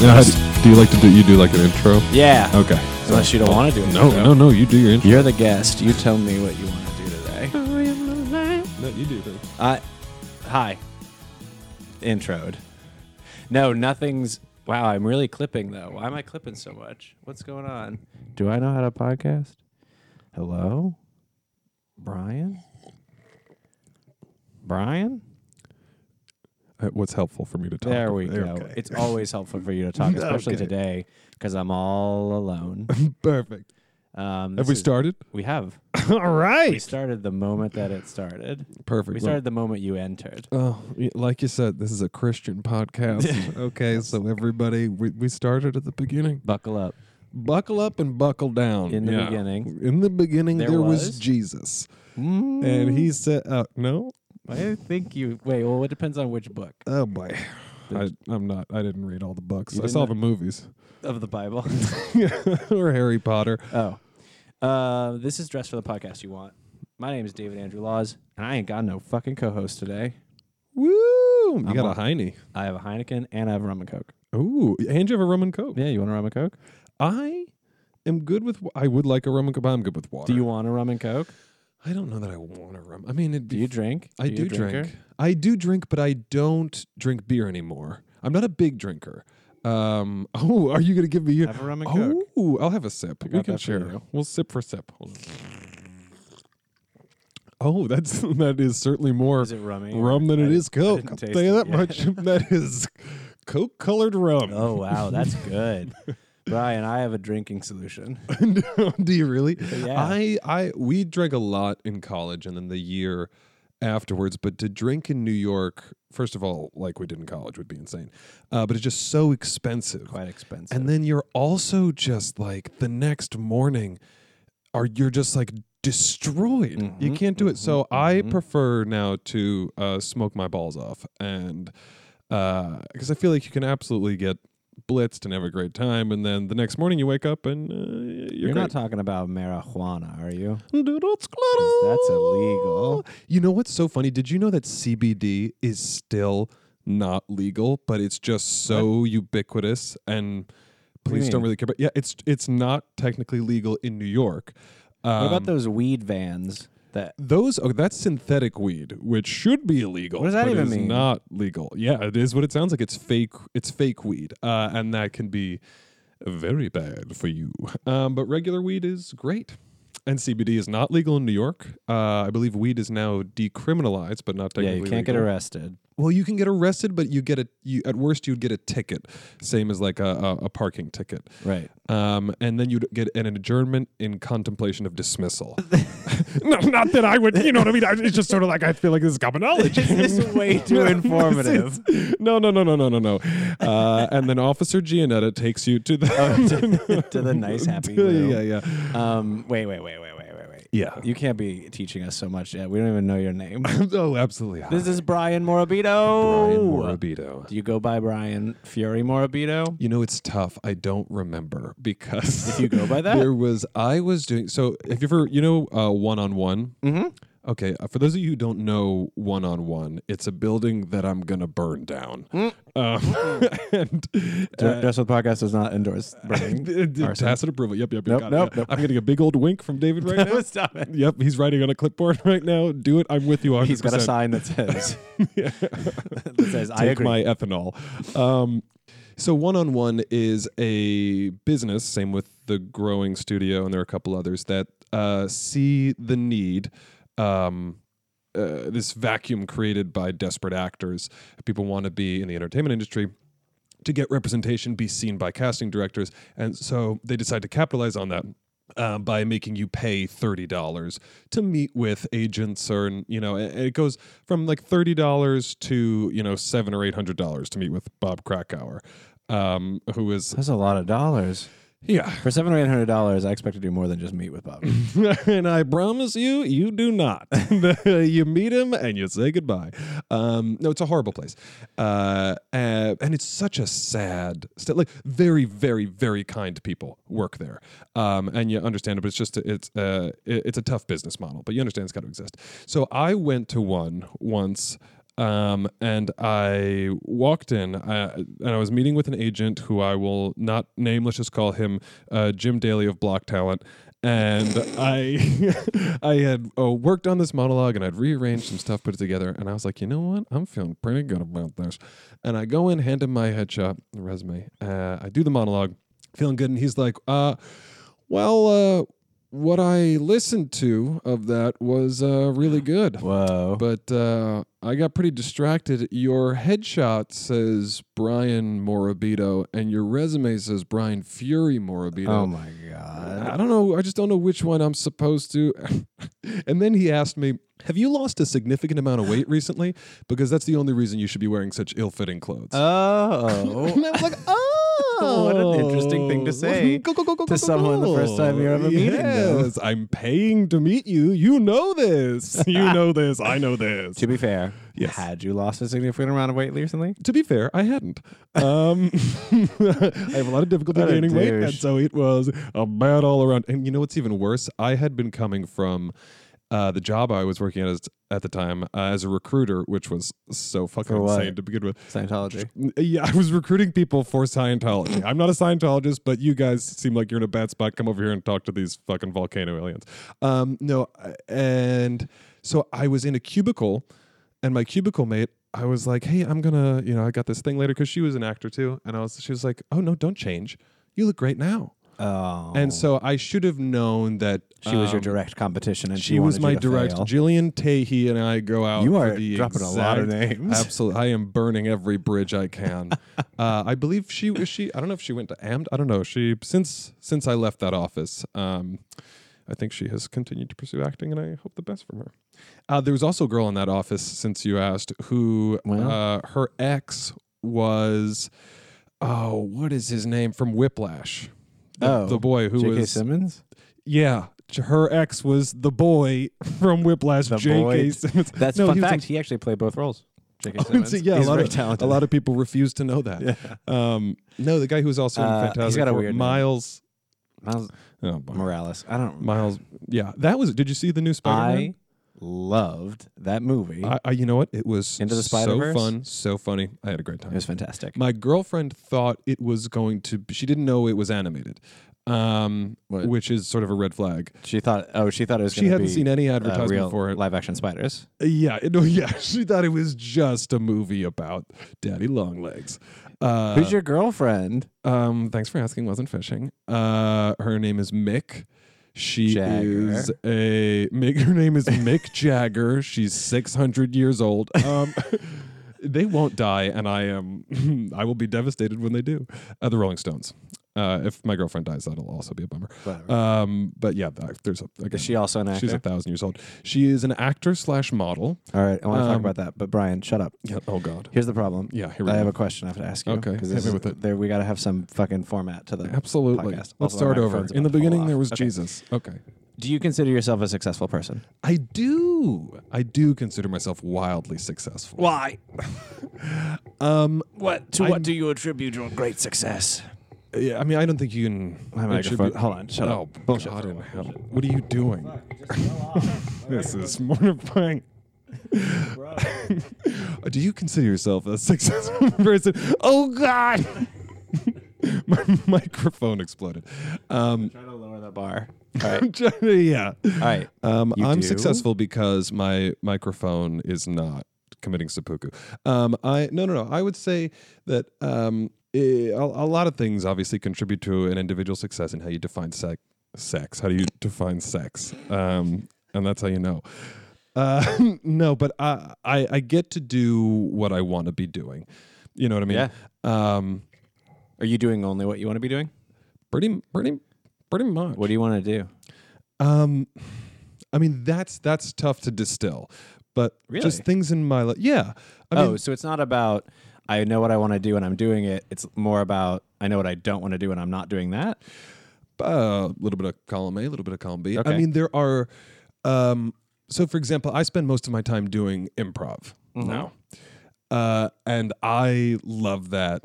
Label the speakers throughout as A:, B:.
A: You know how do, do you like to do? You do like an intro?
B: Yeah.
A: Okay.
B: Unless you don't want to do it.
A: No, no, no. You do your intro.
B: You're the guest. You tell me what you want to do today.
A: No, you do that.
B: I, hi. Introed. No, nothing's. Wow, I'm really clipping though. Why am I clipping so much? What's going on? Do I know how to podcast? Hello, Brian. Brian.
A: Uh, What's helpful for me to talk?
B: There we go.
A: Okay.
B: It's always helpful for you to talk, especially
A: Okay.
B: today, because I'm all alone.
A: perfect.
B: Um,
A: Have
B: this
A: we
B: is-
A: started?
B: We have.
A: All
B: We
A: right.
B: started the moment that it started.
A: Perfect.
B: We started the moment you entered.
A: Oh, y- like you said, this is a Christian podcast. okay, so everybody, we, we started at the beginning.
B: Buckle up.
A: Buckle up and buckle down.
B: In the beginning.
A: In the beginning, there,
B: There
A: was?
B: was? Mm.
A: Jesus, and he said, uh, "No,
B: Hmm, I think you. Wait, well, it depends on which book
A: oh boy." I, I'm not. I didn't read all the books. I
B: You did
A: saw
B: not-
A: the movies
B: of the Bible.
A: or Harry Potter.
B: oh. Uh, this is Dress for the Podcast You Want. My name is David Andrew Laws, and I ain't got no fucking co host today.
A: Woo! You
B: I'm
A: got
B: on-
A: a Heine.
B: I have a Heineken and I have a rum and Coke.
A: Ooh, and you have a rum and coke.
B: Yeah, you want a rum and Coke?
A: I am good with. wa- I would like a rum and coke. but I'm good with water.
B: Do you want a rum and Coke?
A: I don't know that I want a rum. I mean, it'd
B: Do
A: be.
B: you drink?
A: I
B: you
A: do
B: a drinker?
A: drink. I do drink, but I don't drink beer anymore. I'm not a big drinker. Um. Oh, are you gonna give me your?
B: Have a rum and Coke.
A: Oh, I'll have a sip. We
B: got
A: can
B: that for
A: share.
B: you.
A: We'll sip for sip. Hold on. Oh, that's that is certainly more
B: Is it rummy? or-
A: rum than
B: I
A: it
B: didn't-
A: is coke.
B: didn't
A: I'll
B: taste
A: tell you
B: it
A: that
B: yet.
A: much. that is coke colored rum.
B: Oh, wow. That's good. Brian, I have a drinking solution.
A: No, Do you really?
B: Yeah.
A: I I we drank a lot in college and then the year afterwards, but to drink in New York, first of all, like we did in college would be insane. Uh, but it's just so expensive.
B: Quite expensive.
A: And then you're also just like the next morning are you're just like destroyed.
B: Mm-hmm,
A: you can't do it. So I prefer now to uh, smoke my balls off and because I feel like you can absolutely get blitzed and have a great time, and then the next morning you wake up and uh, you're,
B: You're
A: great.
B: not talking about marijuana, are you?
A: That's
B: illegal.
A: You know what's so funny? Did you know that CBD is still not legal, but it's just so ubicuitous and
B: do you
A: police don't
B: mean?
A: really care. But yeah, it's it's not technically legal in New York. Um,
B: What about those weed vans that
A: those? Oh, that's synthetic weed, which should be illegal.
B: What does that
A: but
B: even
A: is
B: mean?
A: Not legal. Yeah, it is what it sounds like. It's fake. It's fake weed, uh, and that can be very bad for you. Um, but regular weed is great, and CBD is not legal in New York. Uh, I believe weed is now decriminalized, but not
B: yeah
A: technically.
B: you can't get
A: legal.
B: arrested?
A: Well, you can get arrested, but you get a you at worst you'd get a ticket, same as like a, a, a parking ticket.
B: Right.
A: Um, and then you'd get an adjournment in contemplation of dismissal. no, not that I would, you know what I mean? I- It's just sort of like I feel like this is common knowledge.
B: this is way too informative.
A: no, no, no, no, no, no, no. Uh, and then Officer Gianetta takes you to the.
B: Oh, to, to the nice happy room.
A: yeah, yeah, yeah.
B: Um wait, wait, wait, wait, wait, wait, wait.
A: Yeah.
B: You can't be teaching us so much yet. We don't even know your name.
A: oh, absolutely.
B: this is Brian
A: Brian
B: Morabito.
A: Morabito.
B: Do you go by Brian Fury Morabito?
A: You know, it's tough. I don't remember because.
B: If you go by that?
A: There was I was doing so. If you ever you know uh, one on one.
B: Mm-hmm.
A: Okay, uh, for those of you who don't know one on one, it's a building that I'm gonna burn down.
B: Mm.
A: Um, and
B: Dr- Dress with Podcast does not endorse Brian.
A: d- d- tacit approval. Yep, yep, yep.
B: Nope,
A: got it.
B: nope,
A: Yeah.
B: nope.
A: I'm getting a big old wink from David right now.
B: Stop it.
A: Yep, he's writing on a clipboard right now. Do it. I'm with you 100%.
B: He's got a sign that says that says I
A: take
B: agree.
A: my ethanol. Um, so one on one is a business, same with the growing studio, and there are a couple others that uh, see the need. Um, uh, this vacuum created by desperate actors. People want to be in the entertainment industry to get representation, be seen by casting directors, and so they decide to capitalize on that. Uh, by making you pay thirty dollars to meet with agents, or you know, it, it goes from like thirty dollars to you know seven or eight hundred dollars to meet with Bob Krakauer, um, who is
B: That's a lot of dollars.
A: yeah,
B: For seven or eight hundred dollars, I expect to do more than just meet with Bob.
A: and I promise you, you do not. you meet him and you say goodbye. Um, no, it's a horrible place, uh, uh, and it's such a sad, st- like very, very, very kind people work there, um, and you understand it. But it's just it's uh, it- it's a tough business model, but you understand it's got to exist. So I went to one once. Um, and I walked in, uh, and I was meeting with an agent who I will not name. Let's just call him uh, Jim Daly of Block Talent. And I, I had uh, worked on this monologue and I'd rearranged some stuff, put it together, and I was like, you know what? I'm feeling pretty good about this. And I go in, hand him my headshot, resume. Uh, I do the monologue, feeling good, and he's like, uh, well, uh, what I listened to of that was uh, really good.
B: Whoa.
A: But uh, I got pretty distracted. Your headshot says Brian Morabito, and your resume says Brian Fury
B: oh
A: Morabito.
B: my god.
A: I don't know. I just don't know which one I'm supposed to. and then he asked me, "Have you lost a significant amount of weight recently? Because that's the only reason you should be wearing such ill-fitting clothes."
B: Oh.
A: and I was like, "Oh,
B: What an interesting thing to say
A: Go, go, go, go,
B: to
A: go,
B: someone the first time you're ever meeting them.
A: Yes, I'm paying to meet you. You know this. You know this. I know this.
B: to be fair,
A: Yes.
B: had you lost a significant amount of weight recently?
A: to be fair, I hadn't. Um, I have a lot of difficulty
B: What a
A: gaining weight, and
B: Oh, douche.
A: so it was a bad all around. And you know what's even worse? I had been coming from uh, the job I was working at as, at the time uh, as a recruiter, which was so fucking
B: For what?
A: insane to begin with.
B: Scientology.
A: Yeah, I was recruiting people for Scientology. I'm not a Scientologist, but you guys seem like you're in a bad spot. Come over here and talk to these fucking volcano aliens. Um, no, I- and so I was in a cubicle, and my cubicle mate, I was like, "Hey, I'm gonna, you know, I got this thing later," because she was an actor too, and I was, she was like, "Oh no, don't change. You look great now."
B: Oh.
A: And so I should have known that
B: she was your
A: um,
B: direct competition, and
A: she was
B: wanted
A: my
B: you to
A: direct.
B: fail.
A: Jillian Tahey and I go out.
B: You
A: for
B: are
A: the
B: dropping a lot of
A: exact-
B: names.
A: Absolutely, I am burning every bridge I can. uh, I believe she was she. I don't know if she went to Amd. I don't know. She since since I left that office. Um, I think she has continued to pursue acting, and I hope the best from her. Uh, there was also a girl in that office, since you asked, who
B: Well.
A: uh, her ex was. Oh, what is his name from Whiplash? The,
B: Oh,
A: the boy who
B: J.K.
A: was
B: Simmons.
A: yeah, j- her ex was the boy from Whiplash,
B: The
A: J.K.
B: boy.
A: Simmons.
B: That's
A: No,
B: fun
A: he was a-
B: fact. he actually played both roles.
A: Oh,
B: J.K.
A: and
B: Simmons.
A: see, yeah,
B: He's
A: a lot
B: very
A: of
B: talented.
A: a lot of people refuse to know that.
B: Yeah.
A: Um, no, the guy who was also in
B: Uh, he's
A: Fantastic
B: got a
A: Four,
B: weird name.
A: Miles.
B: Miles
A: Oh, boy.
B: Morales. I don't.
A: Miles. Yeah, that was. Did you see the new
B: I
A: Spider-Man?
B: loved that movie.
A: I, I, you know what? It was
B: Into the
A: so
B: Spider-Verse?
A: fun, so funny. I had a great
B: it
A: time.
B: was fantastic.
A: My girlfriend thought it was going to. She didn't know it was animated, um,
B: What?
A: which is sort of a red flag.
B: She thought, oh, she thought it was.
A: She
B: gonna
A: hadn't
B: be,
A: seen any
B: uh,
A: advertisement
B: real
A: for it.
B: Live-action spiders.
A: Yeah, it- no, yeah. She thought it was just a movie about Daddy Longlegs. Uh,
B: Who's your girlfriend?
A: um, thanks for asking. Wasn't fishing. Uh, her name is Mick. She
B: Jagger.
A: is a Mick. Her name is Mick Jagger. She's six hundred years old. Um, they won't die, and I am. I will be devastated when they do. Uh, the Rolling Stones. Uh, if my girlfriend dies, that'll also be a bummer.
B: Whatever.
A: Um, but yeah, there's a. Again,
B: Is she also an actor?
A: she's a thousand years old. She is an actor slash model.
B: All right, I want to talk
A: Um,
B: about that, but Brian, shut up.
A: Yeah. Oh God.
B: Here's the problem.
A: Yeah. Here we
B: I
A: go.
B: have a question I have to ask you.
A: Okay,
B: 'cause
A: hit
B: this
A: me
B: is-
A: with it.
B: There, we got to have some fucking format to the.
A: Absolutely.
B: podcast.
A: Let's
B: Also, my
A: start over.
B: microphone's
A: In the
B: about to fall
A: beginning, there
B: off.
A: was
B: Okay.
A: Jesus. Okay.
B: Do you consider yourself a successful person?
A: I do. I do consider myself wildly successful.
B: Why?
A: Um,
B: What? To
A: I'm-
B: do you attribute your great success?
A: yeah, I mean, I don't think you can.
B: My
A: it should
B: microphone. Hold on. Shut
A: oh,
B: up.
A: Bullshit. God in hell. What are you doing? this is mortifying. do you consider yourself a successful person? Oh, God. My microphone exploded. Um,
B: Try to lower the bar. All right.
A: yeah.
B: All right. Uh,
A: Um,
B: You
A: I'm
B: do?
A: successful because my microphone is not committing seppuku. Um, I no no no. I would say that um, eh, a, a lot of things obviously contribute to an individual's success and how you define sex. Sex. How do you define sex? Um, and that's how you know. Uh, no, but I, I I get to do what I want to be doing. You know what I mean?
B: Yeah.
A: Um,
B: Are you doing only what you want to be doing?
A: pretty pretty pretty much.
B: What do you want to do?
A: Um, I mean that's that's tough to distill, but
B: Really?
A: just things in my life. Yeah, I
B: oh,
A: mean,
B: so it's not about I know what I want to do and I'm doing it. It's more about I know what I don't want to do and I'm not doing that.
A: uh, a little bit of column A, a little bit of column B. I
B: Okay.
A: mean, there are. Um, so, for example, I spend most of my time doing improv
B: Mm-hmm.
A: now, uh, and I love that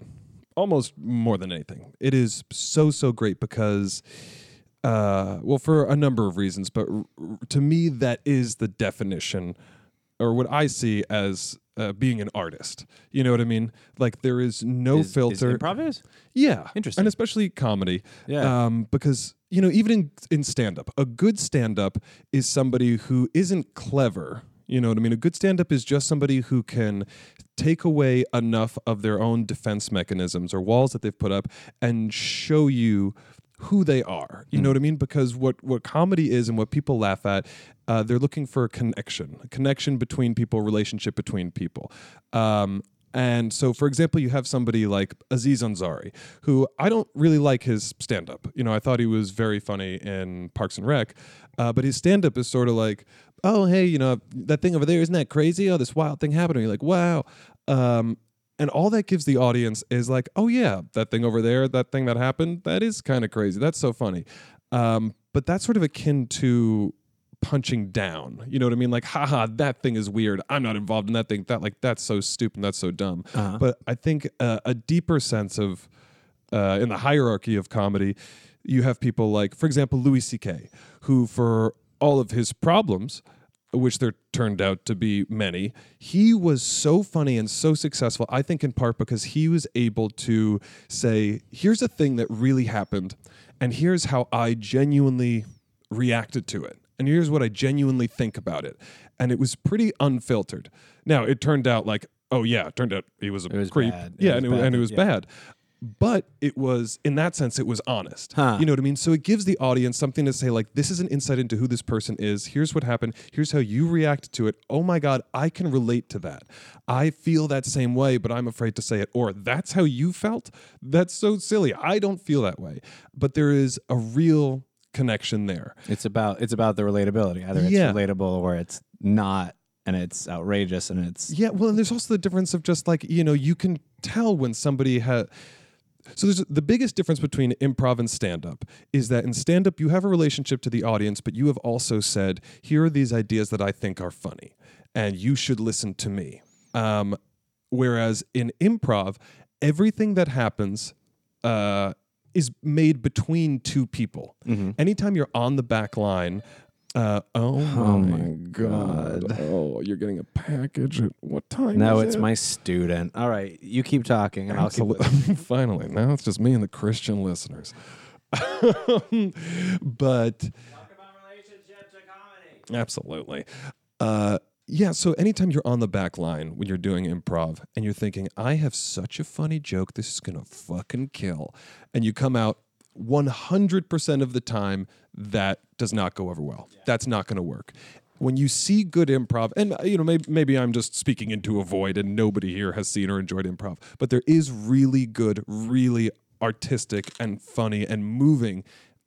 A: almost more than anything. It is so so great because. Uh, well, for a number of reasons, but r- r- to me, that is the definition, or what I see as uh, being an artist. You know what I mean? Like there is no
B: Is- is
A: filter.
B: improv is?
A: Yeah.
B: Interesting.
A: And especially comedy.
B: Yeah.
A: Um, because, you know, even in, in stand up, a good stand up is somebody who isn't clever. You know what I mean? A good stand up is just somebody who can take away enough of their own defense mechanisms or walls that they've put up and show you who they are.
B: Mm.
A: You know what I mean? Because what what comedy is and what people laugh at, uh, they're looking for a connection, a connection between people, relationship between people. Um, and so, for example, you have somebody like Aziz Ansari, who I don't really like his stand up. You know, I thought he was very funny in Parks and Rec, uh, but his stand up is sort of like, oh, hey, you know, that thing over there, isn't that crazy? Oh, this wild thing happened. And you're like, wow. Um, and all that gives the audience is like, oh, yeah, that thing over there, that thing that happened, that is kind of crazy. That's so funny. Um, but that's sort of akin to punching down. You know what I mean? Like, haha, that thing is weird. I'm not involved in that thing. That like that's so stupid. and That's so dumb. But I think uh, a deeper sense of uh, in the hierarchy of comedy, you have people like, for example, Louis C.K., who for all of his problems. Which there turned out to be many. He was so funny and so successful, I think in part because he was able to say, here's a thing that really happened, and here's how I genuinely reacted to it. And here's what I genuinely think about it. And it was pretty unfiltered. Now, it turned out like, oh, yeah, it turned out he was a
B: was
A: creep.
B: bad. It
A: Yeah,
B: was
A: and, it,
B: bad.
A: and it was
B: Yeah.
A: bad. But it was, in that sense, it was honest.
B: Huh.
A: You know what I mean? So it gives the audience something to say, like, this is an insight into who this person is. Here's what happened. Here's how you reacted to it. Oh my God, I can relate to that. I feel that same way, but I'm afraid to say it. Or that's how you felt. That's so silly. I don't feel that way. But there is a real connection there.
B: It's about it's about the relatability. Either it's
A: Yeah.
B: relatable or it's not, and it's outrageous, and it's
A: Yeah, well, and there's also the difference of just like you know you can tell when somebody has. So there's the biggest difference between improv and stand up is that in stand up you have a relationship to the audience but you have also said here are these ideas that I think are funny and you should listen to me. Um, whereas in improv everything that happens uh, is made between two people. Anytime you're on the back line uh, oh, my, god. Oh, you're getting a package at what time?
B: no, it's my student. All right, you keep talking, and I'll keep.
A: Finally, now it's just me and the Christian listeners. Um, but Absolutely. Uh, yeah, so anytime you're on the back line when you're doing improv and you're thinking, I have such a funny joke, this is going to fucking kill. And you come out 100% of the time, that does not go over well. That's not going to work. When you see good improv, and uh, you know maybe, maybe I'm just speaking into a void, and nobody here has seen or enjoyed improv, but there is really good, really artistic and funny and moving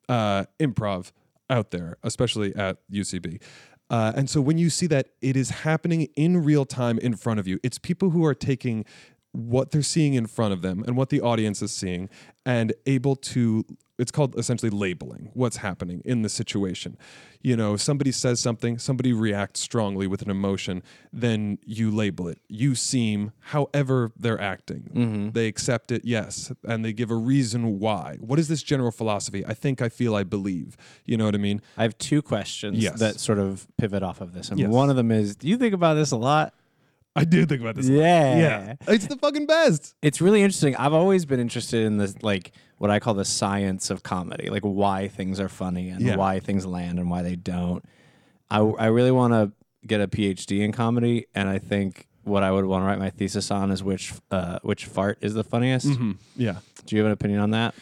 A: uh, improv out there, especially at UCB. Uh, and so when you see that, it is happening in real time in front of you. It's people who are taking what they're seeing in front of them and what the audience is seeing and able to it's called essentially labeling what's happening in the situation you know if somebody says something somebody reacts strongly with an emotion then you label it you seem however they're acting
B: Mm-hmm.
A: they accept it yes and they give a reason why what is this general philosophy i think i feel i believe you know what i mean
B: I have two questions
A: Yes.
B: that sort of pivot off of this, and
A: Yes.
B: one of them is: Do you think about this a lot?
A: i do think about this a lot.
B: Yeah.
A: yeah it's the fucking best
B: It's really interesting. I've always been interested in this, like what I call the science of comedy, like why things are funny and
A: Yeah.
B: why things land and why they don't. I, I really want to get a PhD in comedy, and I think what I would want to write my thesis on is which uh, which fart is the funniest.
A: Mm. yeah
B: Do you have an opinion on that?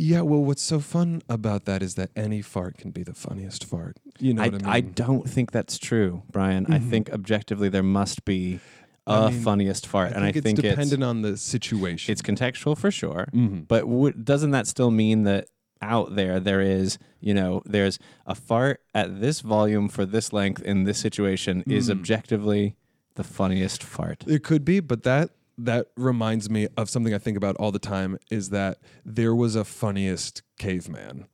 A: Yeah, well, what's so fun about that is that any fart can be the funniest fart. You know
B: I,
A: what
B: I
A: I mean? Mm-hmm.
B: don't think that's true, Brian. I think objectively there must be a funniest fart, and I
A: it's
B: think it's
A: dependent on the situation. Mm-hmm.
B: it's contextual for sure but w- doesn't that still mean that out there there is you know there's a fart at this volume for this length in this situation
A: Hmm.
B: is objectively the funniest fart
A: it could be, but that that reminds me of something I think about all the time is that there was a funniest caveman.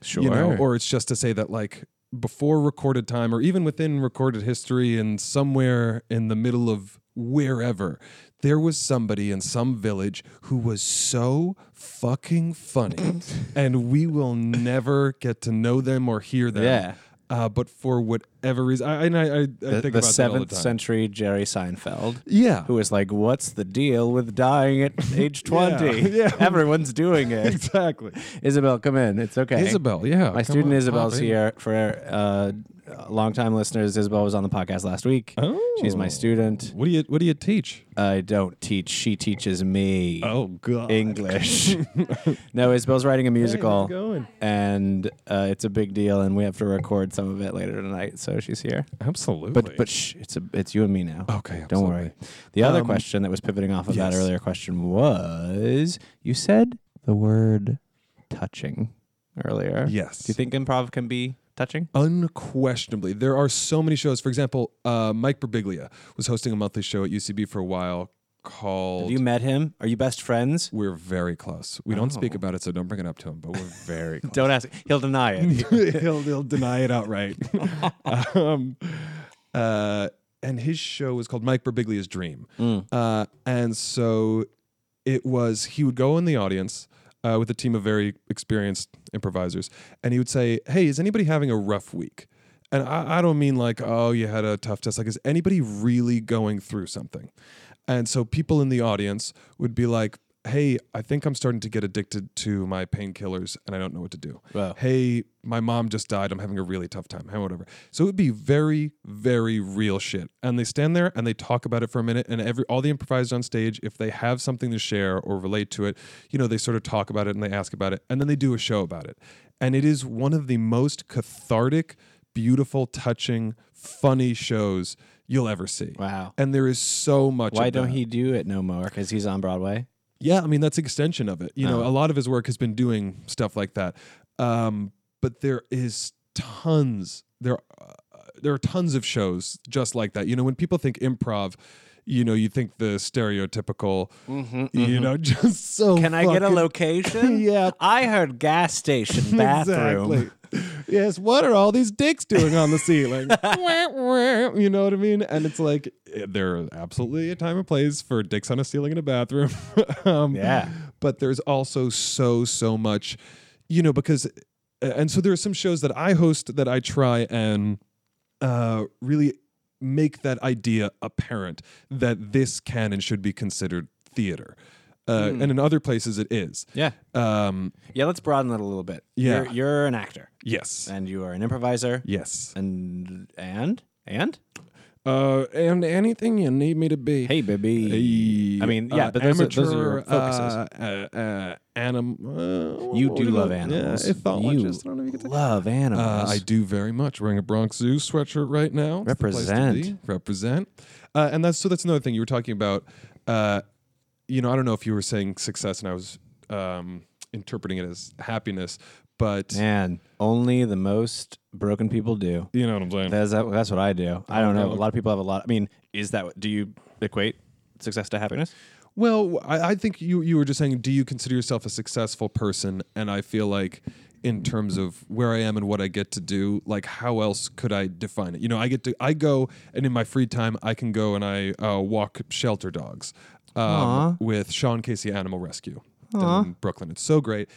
B: sure
A: You know, or it's just to say that like before recorded time or even within recorded history and somewhere in the middle of wherever there was somebody in some village who was so fucking funny and we will never get to know them or hear them
B: Yeah.
A: Uh, but for whatever reason, I, and I, I, I
B: The,
A: think
B: the
A: about that all the
B: seventh
A: time.
B: century Jerry Seinfeld,
A: Yeah.
B: who is like, "What's the deal with dying at age 20?
A: yeah.
B: everyone's doing it."
A: exactly.
B: Isabel, come in. It's okay.
A: Isabel, yeah.
B: My student Isabel's here for uh, longtime listeners. Isabel was on the podcast last week.
A: Oh.
B: She's my student.
A: What do you What do you teach?
B: I don't teach. She teaches me
A: Oh God.
B: English. no, Isabel's writing a musical,
A: going?
B: and uh, it's a big deal, and we have to record some of it later tonight. So she's here.
A: Absolutely.
B: But but shh, it's a, it's you and me now.
A: okay. Absolutely.
B: Don't worry. The other
A: Oh, Um,
B: question that was pivoting off of
A: yes.
B: that earlier question was you said the word touching earlier.
A: Yes.
B: Do you think improv can be touching?
A: Unquestionably, there are so many shows. For example, uh, Mike Birbiglia was hosting a monthly show at UCB for a while
B: Have
A: called
B: you met him? Are you best friends?
A: "We're Very Close." We don't speak
B: Oh.
A: about it, so don't bring it up to him. But we're very close.
B: Don't ask. He'll deny it.
A: he'll he'll deny it outright. um, uh, and his show was called Mike Birbiglia's Dream,
B: Mm.
A: uh, and so it was he would go in the audience uh, with a team of very experienced improvisers, and he would say, "Hey, is anybody having a rough week?" And I, I don't mean like, "Oh, you had a tough test." Like, is anybody really going through something? And so people in the audience would be like. Hey, I think I'm starting to get addicted to my painkillers and I don't know what to do
B: Wow.
A: hey, my mom just died. I'm having a really tough time. Hey, whatever. So it would be very, very real shit. And they stand there and they talk about it for a minute. And every all the improvisers on stage, if they have something to share or relate to it, you know, they sort of talk about it and they ask about it, and then they do a show about it. And it is one of the most cathartic, beautiful, touching, funny shows you'll ever see.
B: Wow.
A: And there is so much.
B: Why
A: of
B: don't
A: that.
B: he do it no more? Because he's on Broadway.
A: Yeah, I mean that's extension of it. You know,
B: Oh.
A: a lot of his work has been doing stuff like that. Um, but there is tons there uh, there are tons of shows just like that. You know, when people think improv, you know, you think the stereotypical,
B: Mm-hmm,
A: you know, just so
B: Can I get a
A: fucking-
B: location?
A: Yeah.
B: I heard gas station bathroom.
A: Exactly. Yes, what are all these dicks doing on the ceiling? Wah, wah, you know what I mean? And it's like eh, there are absolutely a time and place for dicks on a ceiling in a bathroom. um,
B: Yeah.
A: but there's also so so much, you know, because and so there are some shows that I host that I try and uh, really make that idea apparent that this can and should be considered theater. Uh,
B: Hmm.
A: And in other places, it is.
B: Yeah.
A: Um,
B: Yeah. Let's broaden it a little bit.
A: Yeah.
B: You're, you're an actor
A: yes.
B: and you are an improviser
A: Yes.
B: and and and
A: Uh, and anything you need me to be.
B: hey baby.
A: Hey,
B: I mean, yeah,
A: uh,
B: but those,
A: amateur,
B: are, those are your focuses.
A: Uh, uh, uh, anim- uh,
B: you
A: what
B: do
A: do
B: love
A: call it?
B: animals.
A: Yeah, if thought
B: you
A: watches, I don't know if you could
B: love animals.
A: Uh, I do very much. Wearing a Bronx Zoo sweatshirt right now. It's the place to
B: Represent.
A: be. Represent. Uh, and that's so. That's another thing you were talking about. Uh, you know, I don't know if you were saying success, and I was um, interpreting it as happiness, but
B: Man, only the most broken people do.
A: you know what I'm saying.
B: That's that's what I do. I don't know.
A: no.
B: A lot of people have a lot. I mean, is that what- do you equate success to happiness?
A: Well, I, I think you you were just saying, do you consider yourself a successful person? And I feel like in terms of where I am and what I get to do, like how else could I define it? You know, I get to I go and in my free time I can go and I uh, walk shelter dogs um, with Sean Casey Animal Rescue down in Brooklyn. It's so great.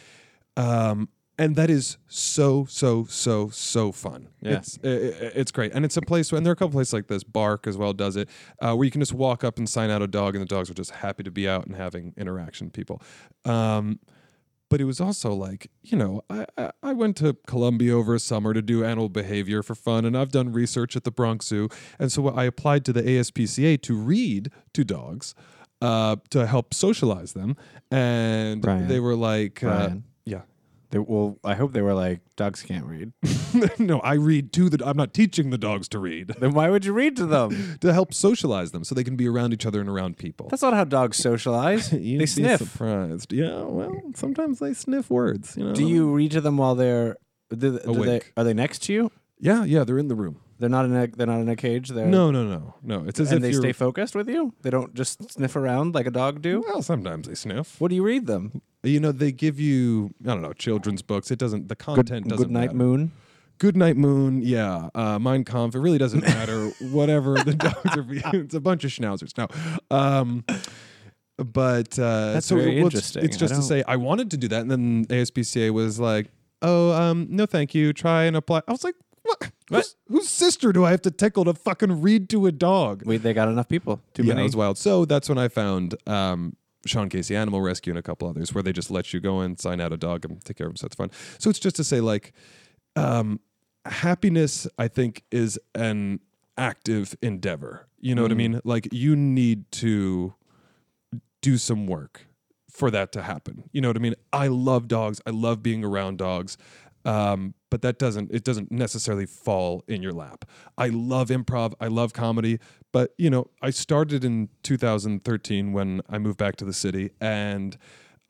A: Um, and that is so so so so fun.
B: Yeah.
A: It's i- i- it's great, and it's a place. And there are a couple places like this. Bark as well does it, uh, where you can just walk up and sign out a dog, and the dogs are just happy to be out and having interaction with people. Um, but it was also like you know I, I, I went to Columbia over a summer to do animal behavior for fun, and I've done research at the Bronx Zoo, and so I applied to the ASPCA to read to dogs. Uh, to help socialize them, and
B: Brian.
A: they were like, uh,
B: Brian.
A: "Yeah,
B: They, well, I hope they were like dogs can't read.
A: no, I read to the. I'm not teaching the dogs to read
B: then why would you read to them?
A: to help socialize them so they can be around each other and around people.
B: That's not how dogs socialize.
A: You'd
B: they
A: be
B: sniff.
A: Surprised? Yeah. Well, sometimes they sniff words. You know.
B: Do you read to them while they're do, do they,
A: Awake.
B: are they next to you?
A: Yeah. Yeah. They're in the room.
B: They're not in a they're not in a cage. They're
A: No. No. No. No. It's as
B: and
A: if
B: they
A: you're.
B: stay focused with you. They don't just sniff around like a dog do.
A: well, sometimes they sniff.
B: What do you read them?
A: You know, they give you I don't know children's books. It doesn't. The content doesn't.
B: Good night,
A: matter.
B: moon.
A: Good night, moon. Yeah. Uh, Mein Kampf. It really doesn't matter. Whatever the dogs are being. It's a bunch of schnauzers. No. Um, but uh,
B: That's
A: so
B: very
A: well, it's-
B: interesting.
A: It's,
B: I
A: just to
B: don't-
A: say I wanted to do that, and then ASPCA was like, "Oh, um, no, thank you. Try and apply." I was like, What? Whose, whose sister do I have to tickle to fucking read to a dog?
B: Wait, they got enough people. Too
A: yeah, it
B: many.
A: was wild. So that's when I found um, Sean Casey Animal Rescue and a couple others where they just let you go in, sign out a dog, and take care of them. So it's fun. So it's just to say, like, um, happiness, I think, is an active endeavor. You know what I mean? Like, you need to do some work for that to happen. You know what I mean? I love dogs. I love being around dogs. Um, but that doesn't it doesn't necessarily fall in your lap. I love improv. I love comedy. But you know, I started in 2013 when I moved back to the city, and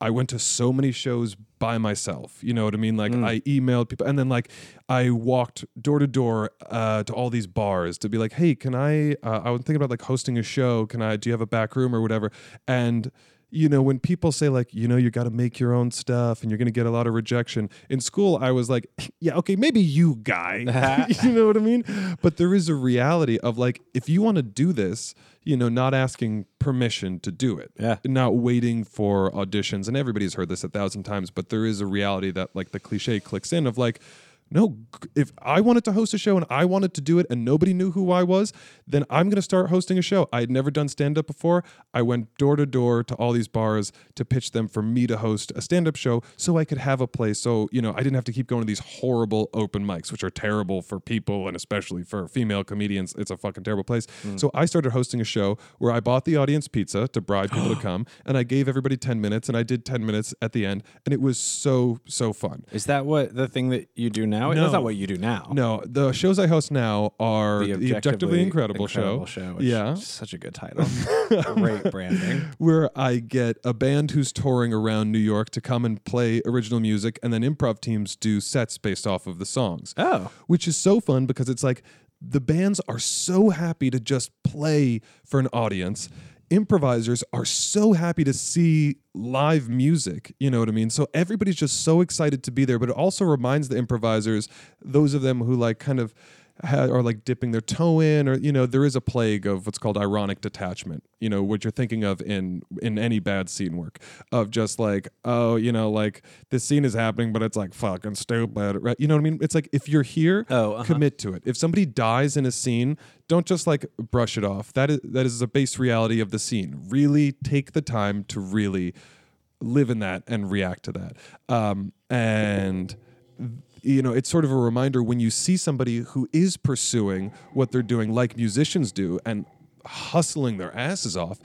A: I went to so many shows by myself. You know what I mean? Like I emailed people, and then like I walked door to door uh, to all these bars to be like, "Hey, can I? Uh, I was thinking about like hosting a show. Can I? Do you have a back room or whatever?" And you know, when people say like, you know, you got to make your own stuff and you're going to get a lot of rejection. In school, I was like, yeah, okay, maybe you guy. you know what I mean? But there is a reality of like, if you want to do this, you know, not asking permission to do it,
B: Yeah.
A: not waiting for auditions. And everybody's heard this a thousand times, but there is a reality that like the cliche clicks in of like, no, g- if I wanted to host a show and I wanted to do it and nobody knew who I was, then I'm going to start hosting a show. I had never done stand up before. I went door to door to all these bars to pitch them for me to host a stand up show so I could have a place. So, you know, I didn't have to keep going to these horrible open mics, which are terrible for people and especially for female comedians. It's a fucking terrible place. So I started hosting a show where I bought the audience pizza to bribe people to come and I gave everybody 10 minutes and I did 10 minutes at the end. And it was so, so fun.
B: Is that what the thing that you do now?
A: No.
B: That's not what you do now.
A: No, the shows I host now are the Objectively, Incredible, show.
B: Incredible show which
A: yeah.
B: is such a good title. Great branding.
A: Where I get a band who's touring around New York to come and play original music, and then improv teams do sets based off of the songs.
B: Oh.
A: Which is so fun because it's like the bands are so happy to just play for an audience. Improvisers are so happy to see live music. You know what I mean? So everybody's just so excited to be there, but it also reminds the improvisers, those of them who like kind of ha- are like dipping their toe in or you know there is a plague of what's called ironic detachment you know what you're thinking of in in any bad scene work of just like oh you know like this scene is happening but it's like fucking stupid right you know what i mean it's like if you're here
B: Oh, uh-huh.
A: commit to it if somebody dies in a scene don't just like brush it off that is that is a base reality of the scene really take the time to really live in that and react to that. Um, and you know, it's sort of a reminder when you see somebody who is pursuing what they're doing, like musicians do, and hustling their asses off.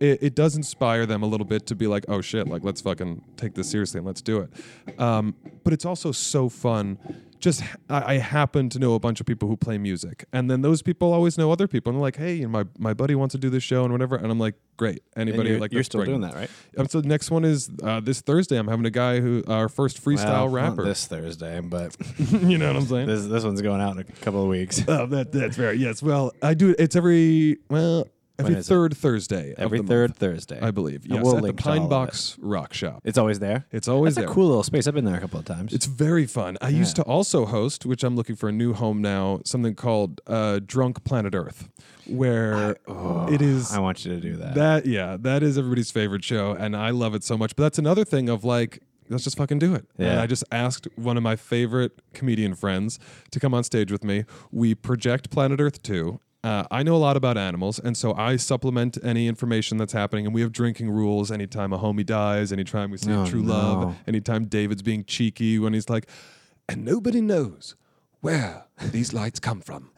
A: It, it does inspire them a little bit to be like, oh shit, like let's fucking take this seriously and let's do it. Um, but it's also so fun. Just h- I, I happen to know a bunch of people who play music, and then those people always know other people, and they're like, hey, you know, my my buddy wants to do this show and whatever, and I'm like, great.
B: And
A: Anybody
B: you're,
A: like
B: you're
A: that's
B: still
A: great.
B: doing that, right?
A: Um, so the next one is uh, this Thursday. I'm having a guy who our first freestyle
B: Well, Uh, not
A: rapper.
B: this Thursday, but
A: you know what I'm saying?
B: this this one's going out in a couple of weeks.
A: Oh, that that's very yes. Well, I do. it- It's every well every
B: is it?
A: third Thursday. of
B: Every
A: the month,
B: third Thursday,
A: I believe.
B: And
A: Yes,
B: we'll
A: at the
B: link to all
A: Pine
B: of
A: Box Rock Shop.
B: It's always there.
A: It's always
B: That's a
A: there.
B: cool little space. I've been there a couple of times.
A: It's very fun. I used to also host, which I'm looking for a new home now. Something called uh, Drunk Planet Earth, where it is
B: oh, I want you to do that.
A: That yeah, that is everybody's favorite show, and I love it so much. But that's another thing of like, let's just fucking do it.
B: Yeah.
A: And I just asked one of my favorite comedian friends to come on stage with me. We project Planet Earth two. Uh, I know a lot about animals, and so I supplement any information that's happening. And we have drinking rules. Anytime a homie dies, anytime we see
B: Oh,
A: true
B: no.
A: love, anytime David's being cheeky when he's like, and nobody knows where these lights come from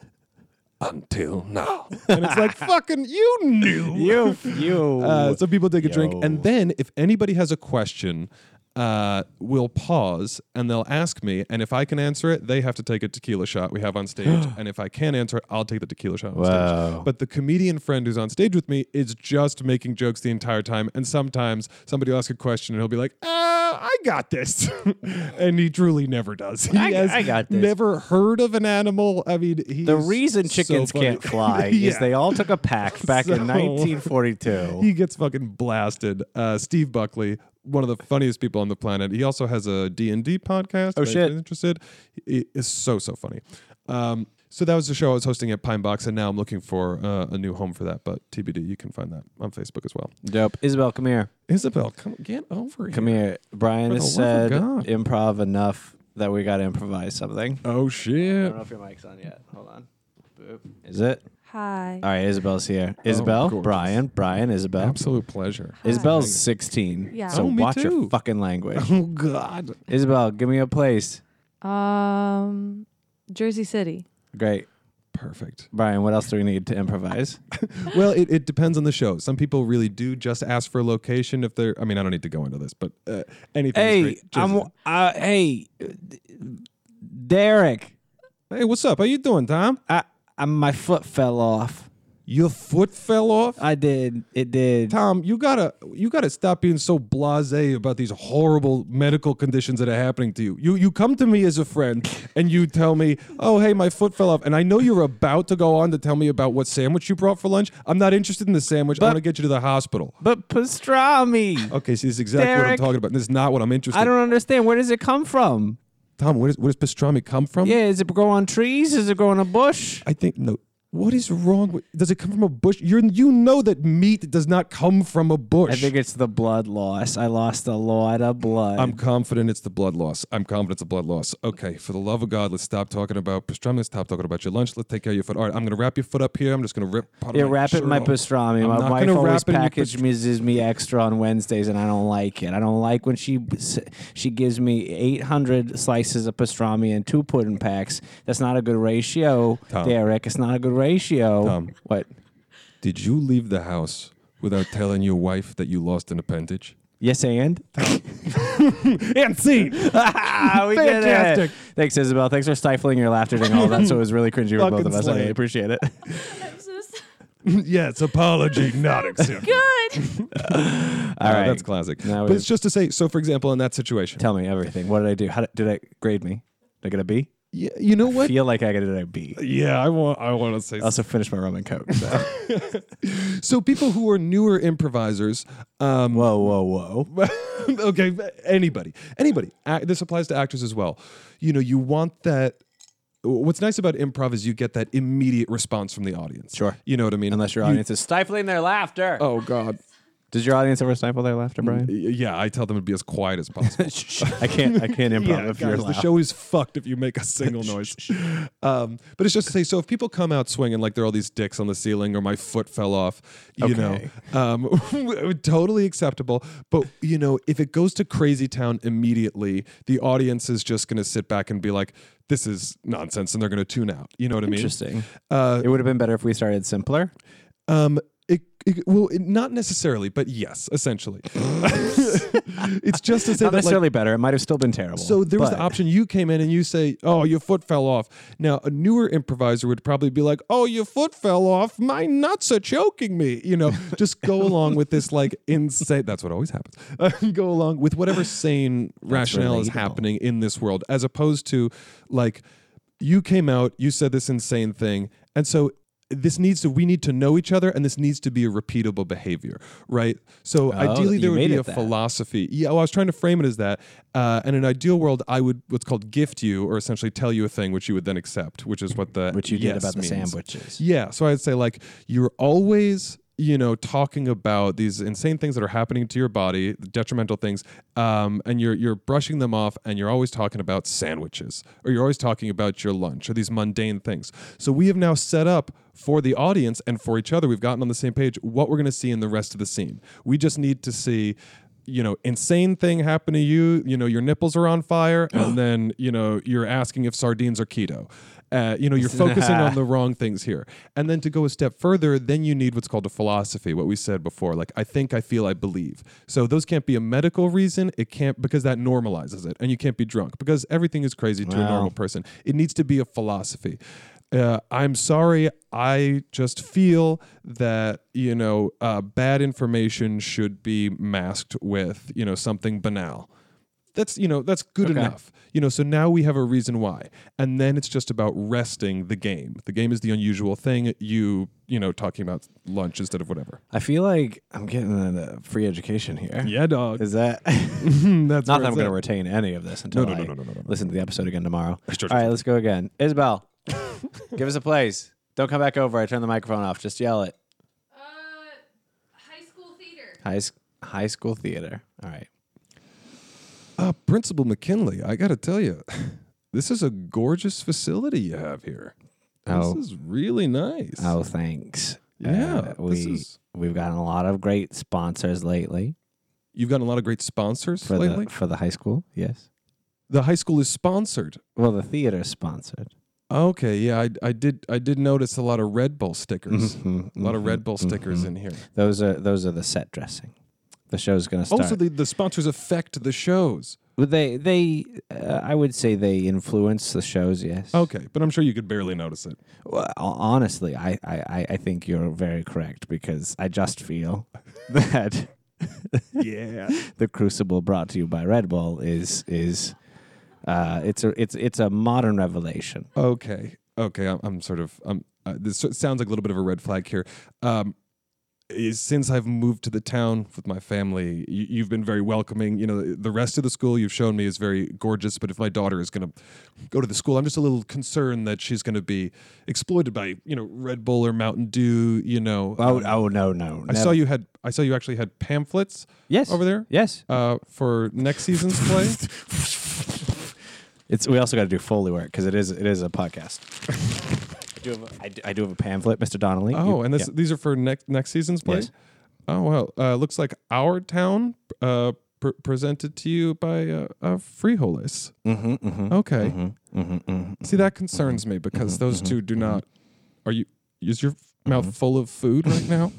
A: until now. and it's like, fucking, you knew.
B: you you.
A: Uh, so people take a drink,
B: Yo.
A: and then if anybody has a question, uh, we'll pause and they'll ask me, and if I can answer it, they have to take a tequila shot we have on stage, and if I can not answer it, I'll take the tequila shot. On
B: Wow.
A: stage. But the comedian friend who's on stage with me is just making jokes the entire time, and sometimes somebody will ask a question and he'll be like, uh, "I got this," and he truly never does. He
B: I-
A: has
B: I got this.
A: Never heard of an animal. I mean, he
B: the
A: is
B: reason
A: so
B: chickens
A: funny.
B: can't fly is
A: Yeah.
B: they all took a pack back
A: So-
B: in 1942.
A: he gets fucking blasted. Uh, Steve Buckley, one of the funniest people on the planet. He also has a D&D podcast. Oh,
B: shit.
A: Interested. He is so, so funny. Um, so that was the show I was hosting at Pine Box, and now I'm looking for uh, a new home for that. But TBD, you can find that on Facebook as well.
B: Dope. Isabel, come here.
A: Isabel, come get over here.
B: Come here. Brian
A: For the
B: has
A: love
B: said
A: of God.
B: improv enough that we got to improvise something.
A: Oh
B: I
A: shit!
B: don't know if your mic's on yet. Hold on. Boop. Is it?
C: Hi.
B: All right, Isabel's here. Isabel,
A: gorgeous.
B: Brian, Brian, Isabel.
A: Absolute pleasure.
C: Hi.
B: Isabel's 16.
C: Yeah.
B: So
A: Oh, me
B: watch your
A: too.
B: fucking language.
A: Oh god.
B: Isabel, give me a place.
C: Um, Jersey City.
B: Great.
A: Perfect.
B: Brian, what else do we need to improvise?
A: Well, it, it depends on the show. Some people really do just ask for a location if they're. I mean, I don't need to go into this, but uh, anything. is
B: hey,
A: great.
B: I'm
A: Jersey.
B: uh, hey uh, d- Derek.
A: Hey, what's up? How you doing, Tom?
B: I, I my foot fell off.
A: Your foot fell off.
B: I did. It did.
A: Tom, you gotta you gotta stop being so blasé about these horrible medical conditions that are happening to you. You you come to me as a friend and you tell me, "Oh, hey, my foot fell off," and I know you're about to go on to tell me about what sandwich you brought for lunch. I'm not interested in the sandwich. I want to get you to the hospital.
B: But pastrami.
A: Okay, see, this is exactly what I'm
B: Derek.
A: talking about. This is not what I'm interested.
B: I
A: in.
B: don't understand. Where does it come from?
A: Tom, where does where does pastrami come from?
B: Yeah, does it grow on trees? Does it grow on a bush?
A: I think no. What is wrong with? Does it come from a bush? You you know that meat does not come from a bush.
B: I think it's the blood loss. I lost a lot of blood.
A: I'm confident it's the blood loss. I'm confident it's the blood loss. Okay, for the love of God, let's stop talking about pastrami. Let's stop talking about your lunch. Let's take care of your foot. All right, I'm gonna wrap your foot up here. I'm just gonna rip. Part
B: yeah,
A: of my
B: wrap it in
A: shirt
B: my
A: off.
B: pastrami.
A: I'm
B: my
A: not
B: wife
A: gonna
B: always
A: wrap it in your
B: package Mrs. me extra on Wednesdays, and I don't like it. I don't like when she she gives me 800 slices of pastrami and two pudding packs. That's not a good ratio,
A: Tom.
B: Derek. It's not a good ratio.
A: Tom.
B: What?
A: Did you leave the house without telling your wife that you lost an appendage?
B: Yes, and
A: And see,
B: Ah, we did it.
A: Fantastic.
B: Thanks, Isabel. Thanks for stifling your laughter during all that. So it was really cringy for both
A: Fucking
B: of us. I
A: slay.
B: really appreciate it.
C: I'm so sorry.
A: yes, apology not accepted.
C: Good. Uh,
B: All right,
A: that's classic.
B: Now
A: but
B: we-
A: it's just to say. So, for example, in that situation,
B: Tell me everything. What did I do? How did, did I grade me? Did I get a B?
A: yeah, you know
B: I
A: what?
B: Feel like I got a B.
A: Yeah, I want. I want to say.
B: I also finished my rum and coke. So.
A: So, people who are newer improvisers, um,
B: whoa, whoa, whoa.
A: okay, anybody, anybody. A- This applies to actors as well. You know, you want that. What's nice about improv is you get that immediate response from the audience.
B: Sure.
A: You know what I mean?
B: Unless your
A: You-
B: audience is stifling their laughter.
A: Oh Mm, God.
B: Does your audience ever stifle their laughter, Brian?
A: Y- Yeah, I tell them to be as quiet as possible.
B: I can't. I can't improv if you're
A: guys, the
B: loud.
A: show is fucked if you make a single noise. Um, but it's just to say, so if people come out swinging like they're all these dicks on the ceiling or my foot fell off, you
B: Okay.
A: know, um, totally acceptable. But you know, if it goes to Crazy Town immediately, the audience is just going to sit back and be like, "This is nonsense," and they're going to tune out. You know what I mean?
B: Interesting.
A: Uh,
B: It would have been better if we started simpler.
A: um, it, it well, it, not necessarily, but yes, essentially. it's just to say
B: Not
A: that like,
B: necessarily better. It might have still been terrible.
A: So there was the
B: but-
A: option you came in and you say, "Oh, your foot fell off." Now a newer improviser would probably be like, "Oh, your foot fell off. My nuts are choking me." You know, just go along with this like insane. That's what always happens. go along with whatever sane rationale is
B: relatable.
A: happening in this world, as opposed to like you came out, you said this insane thing, and so. This needs to, we need to know each other and this needs to be a repeatable behavior, right? So ideally,
B: Oh, you
A: there would
B: made
A: be
B: it
A: a
B: that.
A: philosophy. Yeah, well, I was trying to frame it as that. Uh, and in an ideal world, I would what's called gift you, or essentially tell you a thing which you would then accept, which is what the
B: which you did
A: yes
B: about the
A: means.
B: sandwiches.
A: Yeah, so I'd say like you're always you know talking about these insane things that are happening to your body, detrimental things, um, and you're you're brushing them off, and you're always talking about sandwiches, or you're always talking about your lunch, or these mundane things. So we have now set up for the audience and for each other. We've gotten on the same page what we're going to see in the rest of the scene. We just need to see you know, insane thing happened to you. You know, your nipples are on fire, and then you know you're asking if sardines are keto. Uh, you know, you're focusing on the wrong things here. And then to go a step further, then you need what's called a philosophy. What we said before, like I think, I feel, I believe. So those can't be a medical reason. It can't because that normalizes it, and you can't be drunk because everything is crazy to a
B: Wow.
A: normal person. It needs to be a philosophy. Uh, I'm sorry. I just feel that you know uh, bad information should be masked with you know something banal. That's you know that's good
B: Okay.
A: enough. You know, so now we have a reason why, and then it's just about resting the game. The game is the unusual thing. You you know talking about lunch instead of whatever.
B: I feel like I'm getting a free education here.
A: Yeah, dog.
B: Is that
A: that's where
B: not that I'm
A: it's
B: going
A: at.
B: to retain any of this until
A: no, no,
B: I
A: no, no, no, no.
B: listen to the episode again tomorrow.
A: Sure,
B: All right, let's go again. Isabel, give us a place. Don't come back over. I turn the microphone off. Just yell it.
C: Uh, high school theater.
B: High s- high school theater. All right.
A: Uh, Principal McKinley, I got to tell you, this is a gorgeous facility you have here.
B: Oh.
A: This is really nice.
B: Oh, thanks.
A: Yeah,
B: Uh,
A: this
B: we
A: is-
B: we've gotten a lot of great sponsors lately
A: You've gotten a lot of great sponsors
B: for
A: lately.
B: the for the high school. Yes.
A: the high school is sponsored.
B: Well, the theater is sponsored.
A: Okay, yeah, I, I did I did notice a lot of Red Bull stickers.
B: Mhm,
A: A lot of Red
B: mhm.
A: Bull stickers in here.
B: Those are those are the set dressing. The show's going to start.
A: Also, the, the sponsors affect the shows.
B: Well, they they uh, I would say they influence the shows. Yes.
A: Okay, but I'm sure you could barely notice it.
B: Well, ho- honestly, I, I, I- I think you're very correct because I just feel that
A: Yeah.
B: the Crucible brought to you by Red Bull is is uh, it's a it's it's a modern revelation.
A: okay. Okay. I'm, I'm sort of. I'm. Uh, this so- sounds like a little bit of a red flag here. Um, is, since I've moved to the town with my family, you, you've been very welcoming. You know, the rest of the school you've shown me is very gorgeous. But if my daughter is going to go to the school, I'm just a little concerned that she's going to be exploited by you know Red Bull or Mountain Dew. You know,
B: Oh
A: Um,
B: oh no no!
A: I saw you had. I saw you actually had pamphlets
B: yes
A: over there
B: Yes,
A: uh, for next season's play.
B: it's we also got to do foley work because it is it is a podcast. I, do have a, I, do, I do have a pamphlet, Mr. Donnelly.
A: Oh,
B: You-
A: and this,
B: yeah.
A: these are for next next season's play.
B: Yes.
A: Oh well, uh, looks like our town uh, pr- presented to you by uh, uh, Frijoles.
B: Mhm, mhm,
A: Okay,
B: mhm, mhm, mhm.
A: see that concerns me because
B: mm-hmm,
A: those two do not. Are you? Is your mouth full of food right now?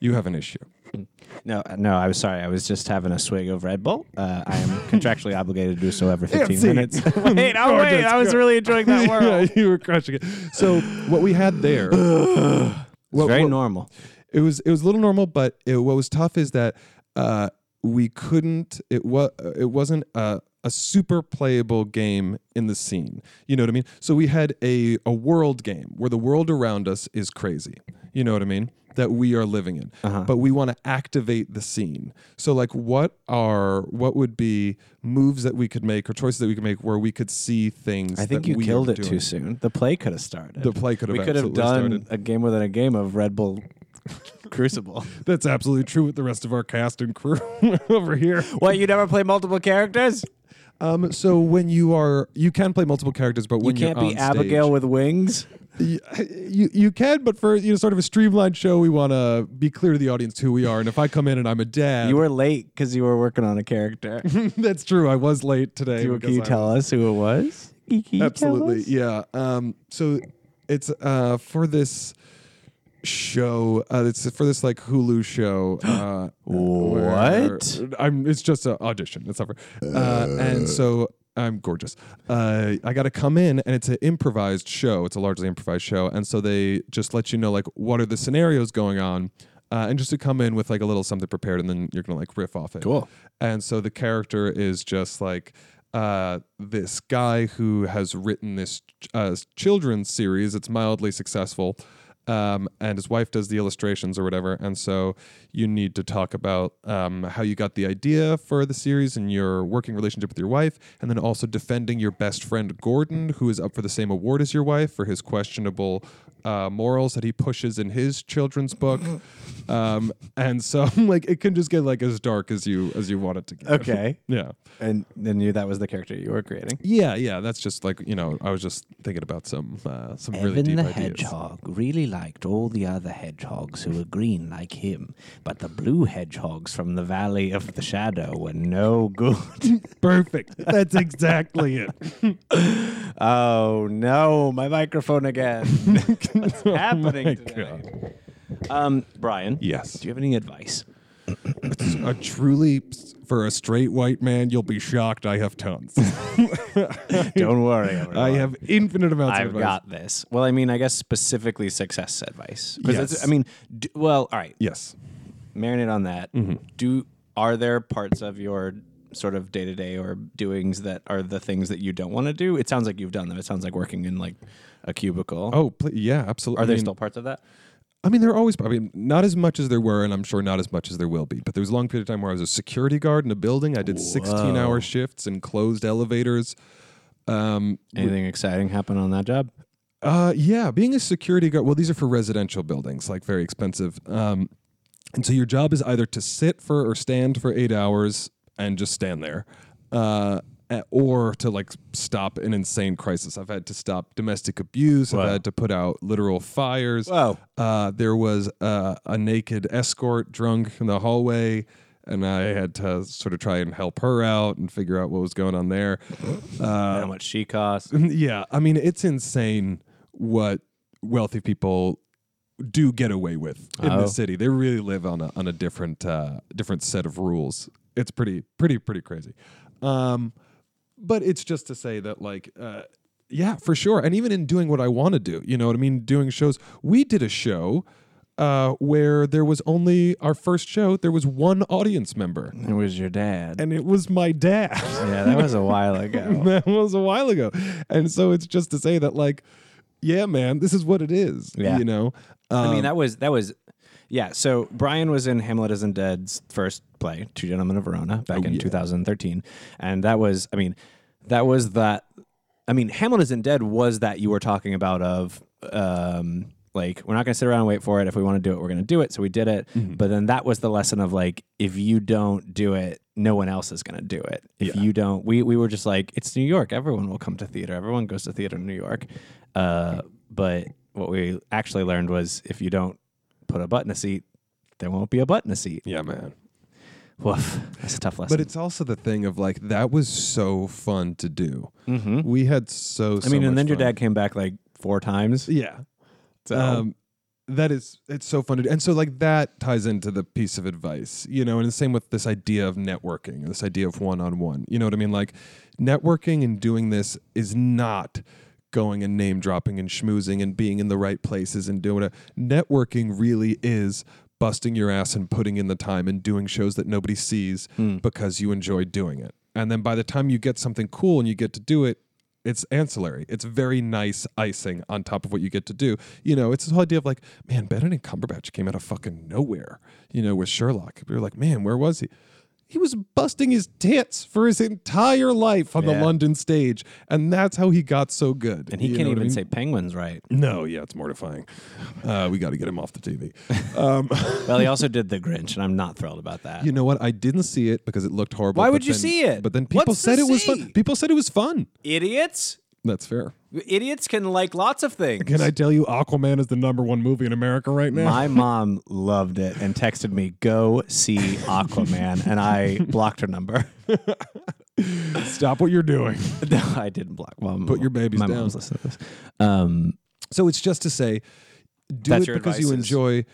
A: you have an issue.
B: No, uh, no, I was sorry. I was just having a swig of Red Bull. Uh, I am contractually obligated to do so every 15
A: Fancy.
B: minutes. wait, oh,
A: Gorgeous.
B: wait, I was really enjoying that
A: yeah,
B: word.
A: you were crushing it. So what we had there,
B: It's
A: what-
B: very
A: what-
B: normal.
A: it was it was a little normal, but it, what was tough is that uh, we couldn't. It was it wasn't a, a super playable game in the scene. You know what I mean? So we had a a world game where the world around us is crazy. You know what I mean? That we are living in,
B: Uh-huh.
A: but we want to activate the scene. So like, what are what would be moves that we could make or choices that we could make where we could see things?
B: I think
A: that
B: you
A: we
B: killed
A: are
B: it
A: doing.
B: too soon. The play could have started.
A: The play could have
B: we could have
A: absolutely
B: done
A: started.
B: a game within a game of Red Bull Crucible.
A: That's absolutely true with the rest of our cast and crew over here.
B: what, you never play multiple characters?
A: Um, so when you are, you can play multiple characters, but
B: You
A: when
B: can't
A: you're
B: be
A: on stage-
B: Abigail with wings?
A: Y- you you can, but for you know, sort of a streamlined show, we want to be clear to the audience who we are. And if I come in and I'm a dad,
B: You were late because you were working on a character.
A: that's true. I was late today.
B: Can
A: because
B: you
A: I
B: tell us who it was? Can you tell
A: absolutely
B: us?
A: yeah um so it's uh for this show uh it's for this like hulu show uh where-
B: What?
A: i'm it's just an audition it's not for, uh and so i'm gorgeous uh i gotta come in and it's an improvised show it's a largely improvised show and so they just let you know like what are the scenarios going on uh, and just to come in with like a little something prepared and then you're gonna like riff off it
B: Cool.
A: and so the character is just like uh, this guy who has written this uh, children's series. It's mildly successful. Um, and his wife does the illustrations or whatever. And so you need to talk about um, how you got the idea for the series and your working relationship with your wife. And then also defending your best friend, Gordon, who is up for the same award as your wife for his questionable uh, morals that he pushes in his children's book. um, and so, like, it can just get like as dark as you as you want it to get.
B: Okay.
A: Yeah.
B: And then you that was the character you were creating.
A: Yeah, yeah, that's just like you know. I was just thinking about some uh, some really
D: Evan
A: deep
D: the
A: ideas.
D: hedgehog really liked all the other hedgehogs who were green like him, but the blue hedgehogs from the Valley of the Shadow were no good.
A: Perfect. That's exactly it.
B: Oh no, my microphone again. What's
D: Oh
B: happening today? Um, Brian,
A: Yes,
B: do you have any advice?
A: a truly for a straight white man, you'll be shocked. I have tons.
B: Don't worry. Everyone.
A: I have infinite amounts
B: I've
A: of advice.
B: got this. Well, I mean, I guess specifically success advice. 'Cause it's-
A: Yes.
B: I mean, d well, all right.
A: Yes.
B: Marinate on that.
A: Mm-hmm.
B: Do are there parts of your sort of day to day or doings that are the things that you don't want to do? It sounds like you've done them. It sounds like working in like a cubicle.
A: Oh, pl- yeah, absolutely.
B: are
A: I
B: there
A: mean,
B: still parts of that?
A: I mean, there are always. I mean, not as much as there were, and I'm sure not as much as there will be. But there was a long period of time where I was a security guard in a building. I did 16 hour shifts in closed elevators. Um,
B: Anything exciting happen on that job?
A: Uh, yeah, being a security guard. Well, these are for residential buildings, like very expensive. Um, and so your job is either to sit for or stand for eight hours and just stand there. Uh, a- or to like stop an insane crisis. I've had to stop domestic abuse. I've
E: Wow.
A: had to put out literal fires.
E: Wow.
A: Uh, there was uh, a naked escort drunk in the hallway, and I had to sort of try and help her out and figure out what was going on there. Uh,
E: how much she costs?
A: yeah, I mean, it's insane what wealthy people do get away with in
E: Oh.
A: the city. They really live on a on a different uh, different set of rules. It's pretty pretty pretty crazy. Um, but it's just to say that like uh, yeah for sure and even in doing what i want to do you know what i mean doing shows we did a show uh, where there was only our first show there was one audience member
B: It was your dad.
A: and it was my dad
E: Yeah, that was a while ago.
A: that was a while ago and so it's just to say that like yeah man this is what it is
E: Yeah.
A: you know Um,
B: I mean, that was that was, yeah. So Brian was in Hamlet Isn't Dead's first play, Two Gentlemen of Verona, back in 2013, and that was, I mean, that was that. I mean, Hamlet Isn't Dead was that you were talking about of, um, like we're not going to sit around and wait for it. If we want to do it, we're going to do it. So we did it.
A: Mm-hmm.
B: But then that was the lesson of like, if you don't do it, no one else is going to do it. If you don't, we we were just like, it's New York. Everyone will come to theater. Everyone goes to theater in New York. Uh, but what we actually learned was if you don't put a butt in a seat, there won't be a butt in a seat.
A: yeah man
B: Woof. That's a tough lesson.
A: but it's also the thing of like that was so fun to do we had so,
B: Mm-hmm. I mean, and then your dad came back like four times.
A: yeah
B: So
A: um, that is it's so fun to do. and so like that ties into the piece of advice you know and the same with this idea of networking this idea of one-on-one you know what i mean like networking and doing this is not going and name dropping and schmoozing and being in the right places and doing it networking really is busting your ass and putting in the time and doing shows that nobody sees because you enjoy doing it and then by the time you get something cool and you get to do it it's ancillary. It's very nice icing on top of what you get to do. You know, it's this whole idea of like, man, Benedict Cumberbatch came out of fucking nowhere, you know, with Sherlock. We were like, man, where was he? He was busting his tits for his entire life on the
E: Yeah.
A: London stage. And that's how he got so good.
B: and he
A: You
B: can't
A: know what
B: even
A: I mean?
B: say penguins right.
A: No, yeah, it's mortifying. Uh, we got to get him off the TV.
B: well, he also did the Grinch, and I'm not thrilled about that.
A: You know what? I didn't see it because it looked horrible.
B: Why
A: but
B: would you
A: then-
B: see it?
A: But then people
B: What's to
A: said it was
B: see?
A: fun. People said it was fun.
B: Idiots.
A: That's fair.
B: Idiots can like lots of things.
A: Can I tell you, Aquaman is the number one movie in America right now?
B: My mom loved it and texted me, "Go see Aquaman," and I blocked her number.
A: Stop what you're doing.
B: no, I didn't block. Well,
A: Put your babies
B: my
A: down.
B: mom's listening to this. Um,
A: So it's just to say, do
B: That's
A: it
B: your
A: because
B: advice
A: you
B: is- Oh,
A: enjoy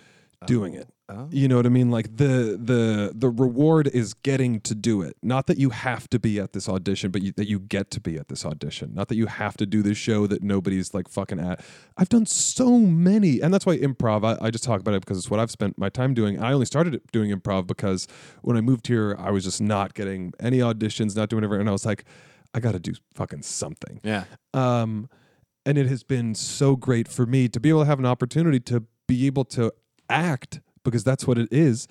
A: doing it. You know what I mean? Like the the the reward is getting to do it. Not that you have to be at this audition, but you, that you get to be at this audition. Not that you have to do this show that nobody's like fucking at. I've done so many, and that's why improv. I, I just talk about it because it's what I've spent my time doing. I only started doing improv because when I moved here, I was just not getting any auditions, not doing whatever, and I was like, I got to do fucking something
E: Yeah.
A: um, and it has been so great for me to be able to have an opportunity to be able to act because that's what it is.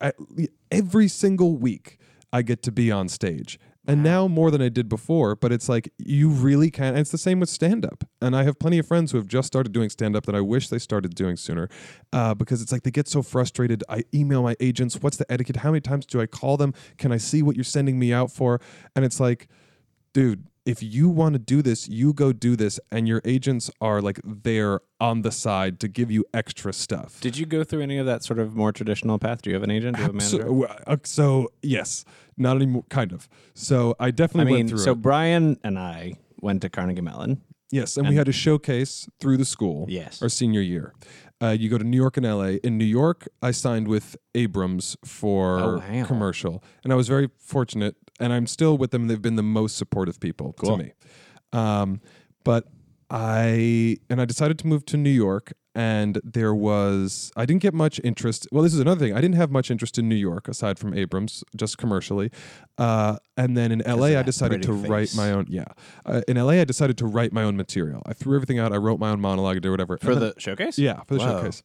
A: I, every single week, I get to be on stage, and now more than I did before. But it's like you really can. And it's the same with stand up, and I have plenty of friends who have just started doing stand up that I wish they started doing sooner, uh, because it's like they get so frustrated. I email my agents, "What's the etiquette? How many times do I call them? Can I see what you're sending me out for?" And it's like dude, if you want to do this, you go do this, and your agents are like there on the side to give you extra stuff.
B: did you go through any of that sort of more traditional path? Do you have an agent? Do you have a manager?
A: so, uh, so yes, not anymore. Kind of. So I
B: I
A: definitely went
B: mean,
A: through.
B: so
A: it.
B: Brian and I went to Carnegie Mellon.
A: Yes, and, we had a showcase through the school.
B: Yes.
A: our senior year. Uh, you go to New York and LA. In New York, I signed with Abrams for
B: Oh, wow.
A: commercial, and I was very fortunate. And I'm still with them. They've been the most supportive people to me. Um, but I and I decided to move to New York, and there was I didn't get much interest. Well, this is another thing. I didn't have much interest in New York aside from Abrams, just commercially. Uh, and then in LA, I decided to
B: pretty
A: write
B: face.
A: my own. Yeah, uh, in LA, I decided to write my own material. I threw everything out. I wrote my own monologue. I did whatever
B: For the showcase?
A: yeah, for the
B: Wow.
A: showcase.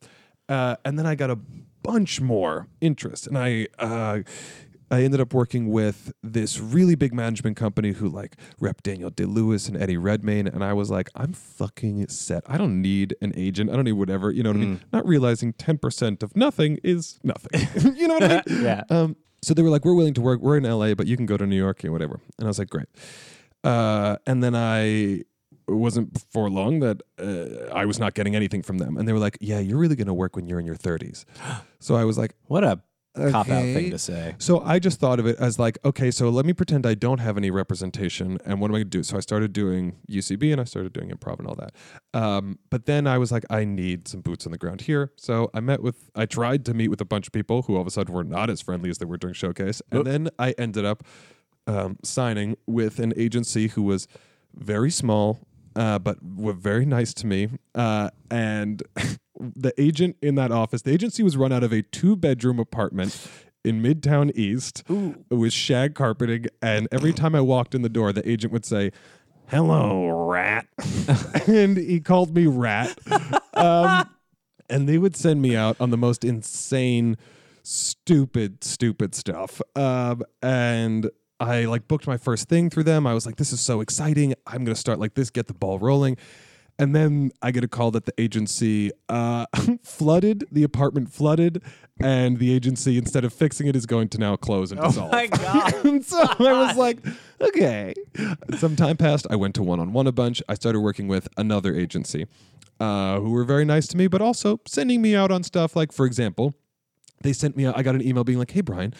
A: Uh, and then I got a bunch more interest, and I uh, I ended up working with this really big management company who like rep Daniel Day Lewis and Eddie Redmayne, and I was like, I'm fucking set. I don't need an agent. I don't need whatever.
B: Mm-hmm.
A: You know what I mean? Not realizing ten percent of nothing is nothing. you know what I mean?
B: Yeah.
A: Um, So they were like, "We're willing to work. We're in LA, but you can go to New York and whatever." And I was like, "Great." Uh, and then I it wasn't for long that uh, I was not getting anything from them, and they were like, "Yeah, you're really going to work when you're in your 30s." So I was like,
D: What a cop out
A: Okay.
D: thing to say.
A: so I just thought of it as like, okay, so let me pretend I don't have any representation, and what am I gonna do? So I started doing UCB and I started doing improv and all that. Um, but then I was like, I need some boots on the ground here. So I met with, I tried to meet with a bunch of people who all of a sudden were not as friendly as they were during showcase, and then I ended up um, signing with an agency who was very small, uh, but were very nice to me. Uh, and the agent in that office, the agency was run out of a two bedroom apartment in Midtown East with shag carpeting. And every time I walked in the door, the agent would say, Hello, rat. and he called me rat. Um, and they would send me out on the most insane stupid stupid stuff um, and i like booked my first thing through them i was like this is so exciting i'm going to start like this get the ball rolling and then i get a call that the agency uh, flooded the apartment flooded and the agency instead of fixing it is going to now close and dissolve and so I was like, okay. Some time passed. I went to one on one a bunch. I started working with another agency uh, who were very nice to me, but also sending me out on stuff. Like, for example, they sent me, out, I got an email being like, hey, Brian,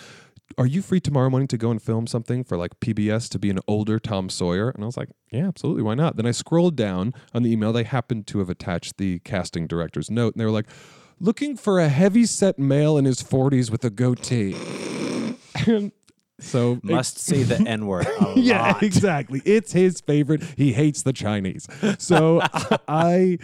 A: are you free tomorrow morning to go and film something for like PBS to be an older Tom Sawyer? And I was like, yeah, absolutely. Why not? Then I scrolled down on the email. They happened to have attached the casting director's note, and they were like, looking for a heavy set male in his 40s with a goatee. And so
D: Must say the N word a
A: yeah,
D: lot.
A: exactly. It's his favorite. He hates the Chinese. So I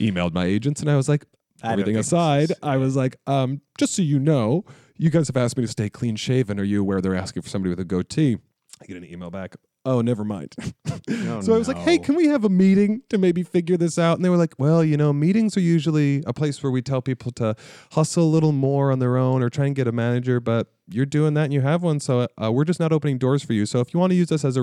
A: emailed my agents and I was like,
D: I don't
A: everything
D: think this
A: aside, I was like, um, just so you know, you guys have asked me to stay clean shaven. Are you aware they're asking for somebody with a goatee? I get an email back. Oh, never mind. Oh, so I was like, hey,
D: Oh, no.
A: can we have a meeting to maybe figure this out? And they were like, well, you know, meetings are usually a place where we tell people to hustle a little more on their own or try and get a manager, but you're doing that and you have one. So uh, we're just not opening doors for you. So if you want to use us as a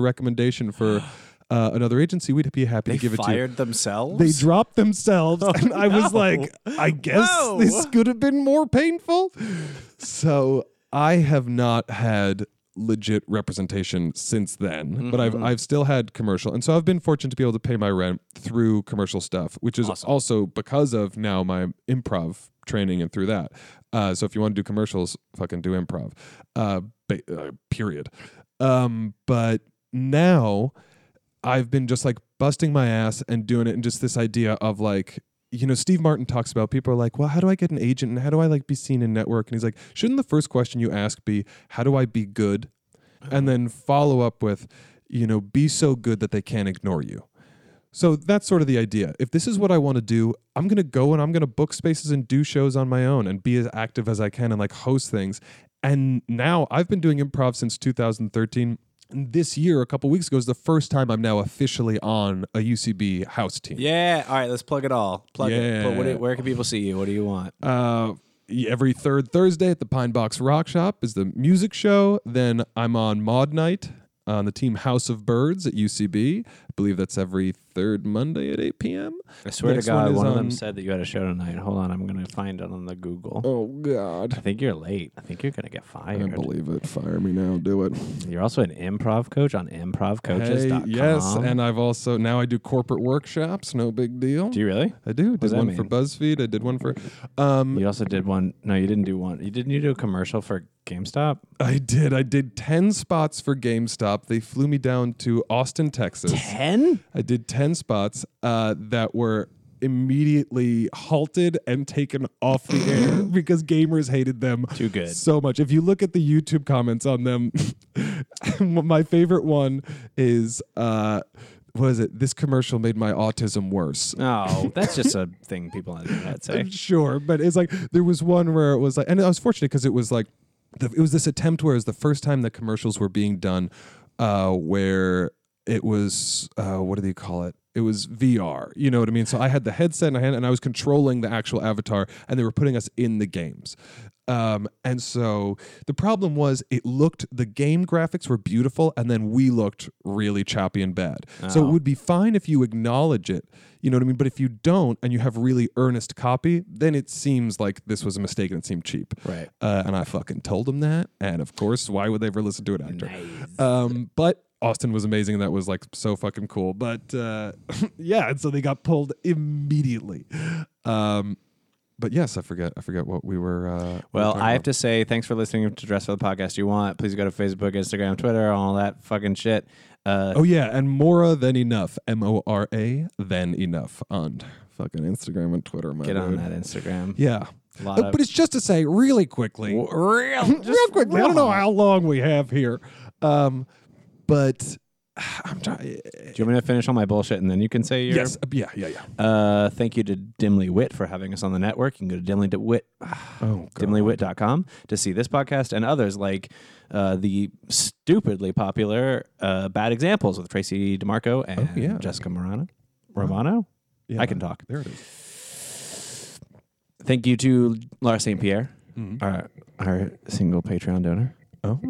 A: recommendation for uh, another agency, we'd be happy
D: They
A: to give it to you.
D: fired Oh, themselves.
A: They dropped themselves. and I was like, I guess
D: Whoa.
A: this could have been more painful. So I have not had legit representation since then, but
D: Mm-hmm.
A: I've I've still had commercial. And so I've been fortunate to be able to pay my rent through commercial stuff, which is also because of now my improv training and through that. Uh, so if you want to do commercials, fucking do improv. Uh, ba- uh, period. Um, but now I've been just like busting my ass and doing it and just this idea of like you know Steve Martin talks about people are like well how do I get an agent and how do I like be seen in network and he's like shouldn't the first question you ask be how do I be good and then follow up with you know be so good that they can't ignore you so that's sort of the idea if this is what I want to do I'm going to go and I'm going to book spaces and do shows on my own and be as active as I can and like host things and now I've been doing improv since 2013 and this year, a couple weeks ago, is the first time I'm now officially on a UCB house team.
D: yeah. All right. Let's plug it all. Plug it. But what,
A: Yeah.
D: where can people see you? What do you want?
A: Uh, every third Thursday at the Pine Box Rock Shop is the music show. Then I'm on Maud Night on the team House of Birds at UCB. I believe that's every third Monday at 8 p.m.
D: I swear
A: Next
D: to God, one,
A: one is um,
D: of them
A: on-
D: said that you had a show tonight. Hold on, I'm gonna find it on the Google.
A: Oh,
D: I
A: God.
D: think you're late. I think you're gonna get
A: I
D: fired.
A: don't believe it. Fire me now. Do it.
D: You're also an improv coach on improvcoaches.com.
A: Hey, yes. And I've also, now I do corporate workshops. No big deal.
D: do you really?
A: I do. Did
D: that
A: one for
D: mean?
A: BuzzFeed. I did one for. Um,
D: You also did one. No, you didn't do one. You didn't you do a commercial for GameStop?
A: I did. I did 10 spots for GameStop. They flew me down to Austin, Texas.
D: Ten?
A: I did 10 spots uh, that were immediately halted and taken off the air because gamers hated them
D: Too good.
A: so much. If you look at the YouTube comments on them, my favorite one is uh, what is it? This commercial made my autism worse.
D: Oh, that's just a thing people on the internet
A: Uh,
D: say.
A: Sure, but it's like there was one where it was like, and I was fortunate because it was like, the, it was this attempt where it was the first time the commercials were being done, uh, where it was uh, what do they call it? It was VR. You know what I mean? So I had the headset in my hand and I was controlling the actual avatar, and they were putting us in the games. Um, and so the problem was it looked the game graphics were beautiful and then we looked really choppy and bad. So
B: Oh.
A: it would be fine if you acknowledge it, you know what I mean? But if you don't and you have really earnest copy, then it seems like this was a mistake and it seemed cheap.
B: Right.
A: Uh, and I fucking told him that. And of course, why would they ever listen to it after? Um, but Austin was amazing. That was like so fucking cool. But uh, yeah, and so they got pulled immediately. Um, but yes, I forget. I forget what we were. Uh, we were
B: Well,
A: talking
B: I have
A: about.
B: to say, thanks for listening to Dress for the Podcast You Want. Please go to Facebook, Instagram, Twitter, all that fucking shit. Uh,
A: Oh yeah, and Mora than enough. M O R A than enough on fucking Instagram and Twitter. My
B: get on
A: dude.
B: that Instagram.
A: Yeah.
B: A lot
A: Uh,
B: of-
A: but it's just to say really quickly, real, real quickly. I don't know how long we have here, um, but I'm trying.
B: Do you want me to finish all my bullshit and then you can say your.
A: Yes, yeah, yeah, yeah.
B: Uh, thank you to Dimly Wit for having us on the network. You can go to Dimly Wit,
A: Oh, God.
B: dimlywit.com to see this podcast and others like uh, the stupidly popular uh, Bad Examples with Tracy DeMarco and
A: Oh, yeah.
B: Jessica Morano. Romano?
A: Yeah,
B: I can talk.
A: There it is.
B: Thank you to Laura St. Pierre,
A: Mm-hmm.
B: our, our single Patreon donor.
A: Oh,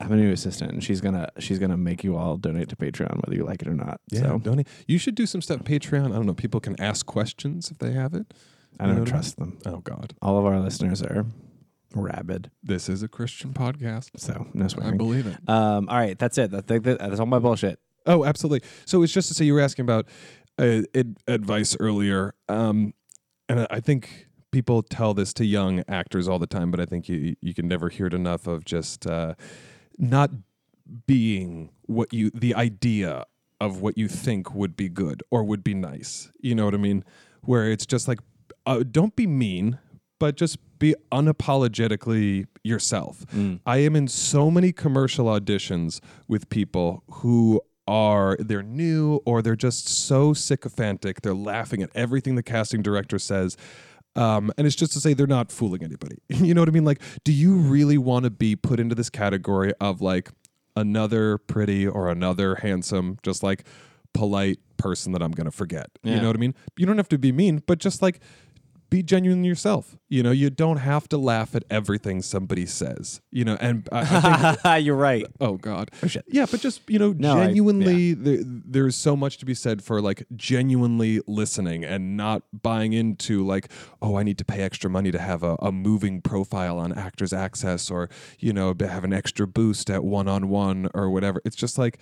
B: I have a new assistant, and she's gonna she's gonna make you all donate to Patreon whether you like it or not.
A: yeah.
B: so
A: Donnie, you should do some stuff Patreon. I don't know. People can ask questions if they have it.
B: I
A: You
B: don't
A: know
B: trust them.
A: Oh God,
B: All of our listeners are rabid,
A: this is a Christian podcast.
B: so no
A: I
B: swearing.
A: believe it.
B: Um, all right, that's it. That, that, that- that's all my bullshit.
A: Oh, absolutely. So it's just to say you were asking about uh, ad- advice earlier, um, and I- I think people tell this to young actors all the time, but I think you you can never hear it enough of just uh, not being what you the idea of what you think would be good or would be nice. You know what I mean? Where it's just like, uh, don't be mean, but just be unapologetically yourself. I am in so many commercial auditions with people who are they're new or they're just so sycophantic. They're laughing at everything the casting director says. Um, and it's just to say they're not fooling anybody. you know what I mean? Like, do you really want to be put into this category of like another pretty or another handsome, just like polite person that I'm going to forget? You
B: Yeah.
A: know what I mean? You don't have to be mean, but just like be genuine yourself. You know, you don't have to laugh at everything somebody says. You know, and I, I think
B: You're right.
A: Oh God.
B: shit.
A: Yeah, but just you know,
B: No, I-
A: genuinely, there, there's so much to be said for like genuinely listening and not buying into like, oh, I need to pay extra money to have a, a moving profile on Actors Access or you know to have an extra boost at one on one or whatever. It's just like,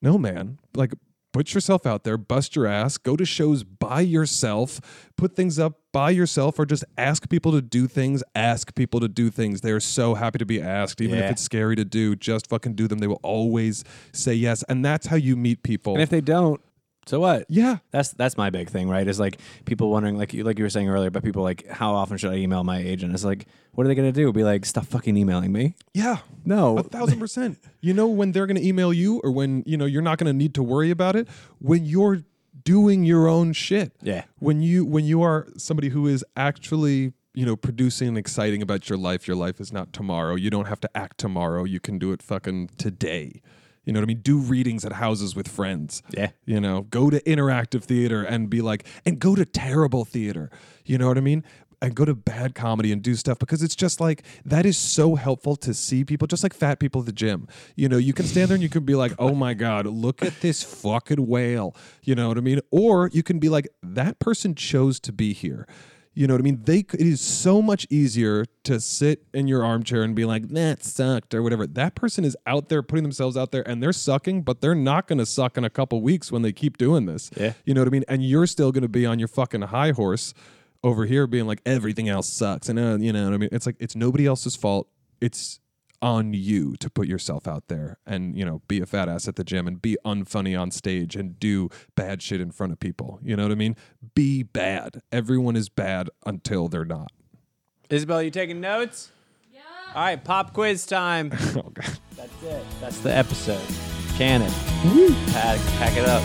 A: no, man, like. Put yourself out there, bust your ass, go to shows by yourself, put things up by yourself, or just ask people to do things. Ask people to do things. They are so happy to be asked, even if
B: Yeah.
A: it's scary to do. Just fucking do them. They will always say yes, and that's how you meet people.
B: And if they don't, so what?
A: yeah,
B: That's that's my big thing, right? Is like people wondering, like you like you were saying earlier, but people like, how often should I email my agent? It's like, what are they gonna do? Be like, stop fucking emailing me?
A: yeah, a
B: No,
A: thousand percent. You know when they're gonna email you, or when you know you're not gonna need to worry about it when you're doing your own shit.
B: Yeah.
A: when you when you are somebody who is actually you know producing and exciting about your life. Your life is not tomorrow. You don't have to act tomorrow. You can do it fucking today. You know what I mean? Do readings at houses with friends.
B: Yeah.
A: You know, go to interactive theater and be like, and go to terrible theater. You know what I mean? And go to bad comedy and do stuff because it's just like that is so helpful to see people, just like fat people at the gym. You know, you can stand there and you can be like, oh my God, look at this fucking whale. You know what I mean? Or you can be like, that person chose to be here. You know what I mean? They c- it is so much easier to sit in your armchair and be like, "That sucked" or whatever. That person is out there putting themselves out there, and they're sucking, but they're not going to suck in a couple weeks when they keep doing this.
B: Yeah.
A: you know what I mean? And you're still going to be on your fucking high horse over here, being like, "Everything else sucks," and uh, you know what I mean? It's like it's nobody else's fault. It's on you to put yourself out there and you know be a fat ass at the gym and be unfunny on stage and do bad shit in front of people you know what i mean be bad everyone is bad until they're not
B: Isabel, you taking notes? Yeah. All right, pop quiz time.
A: oh god
B: That's it. That's the episode. Can it? Pack, pack it up.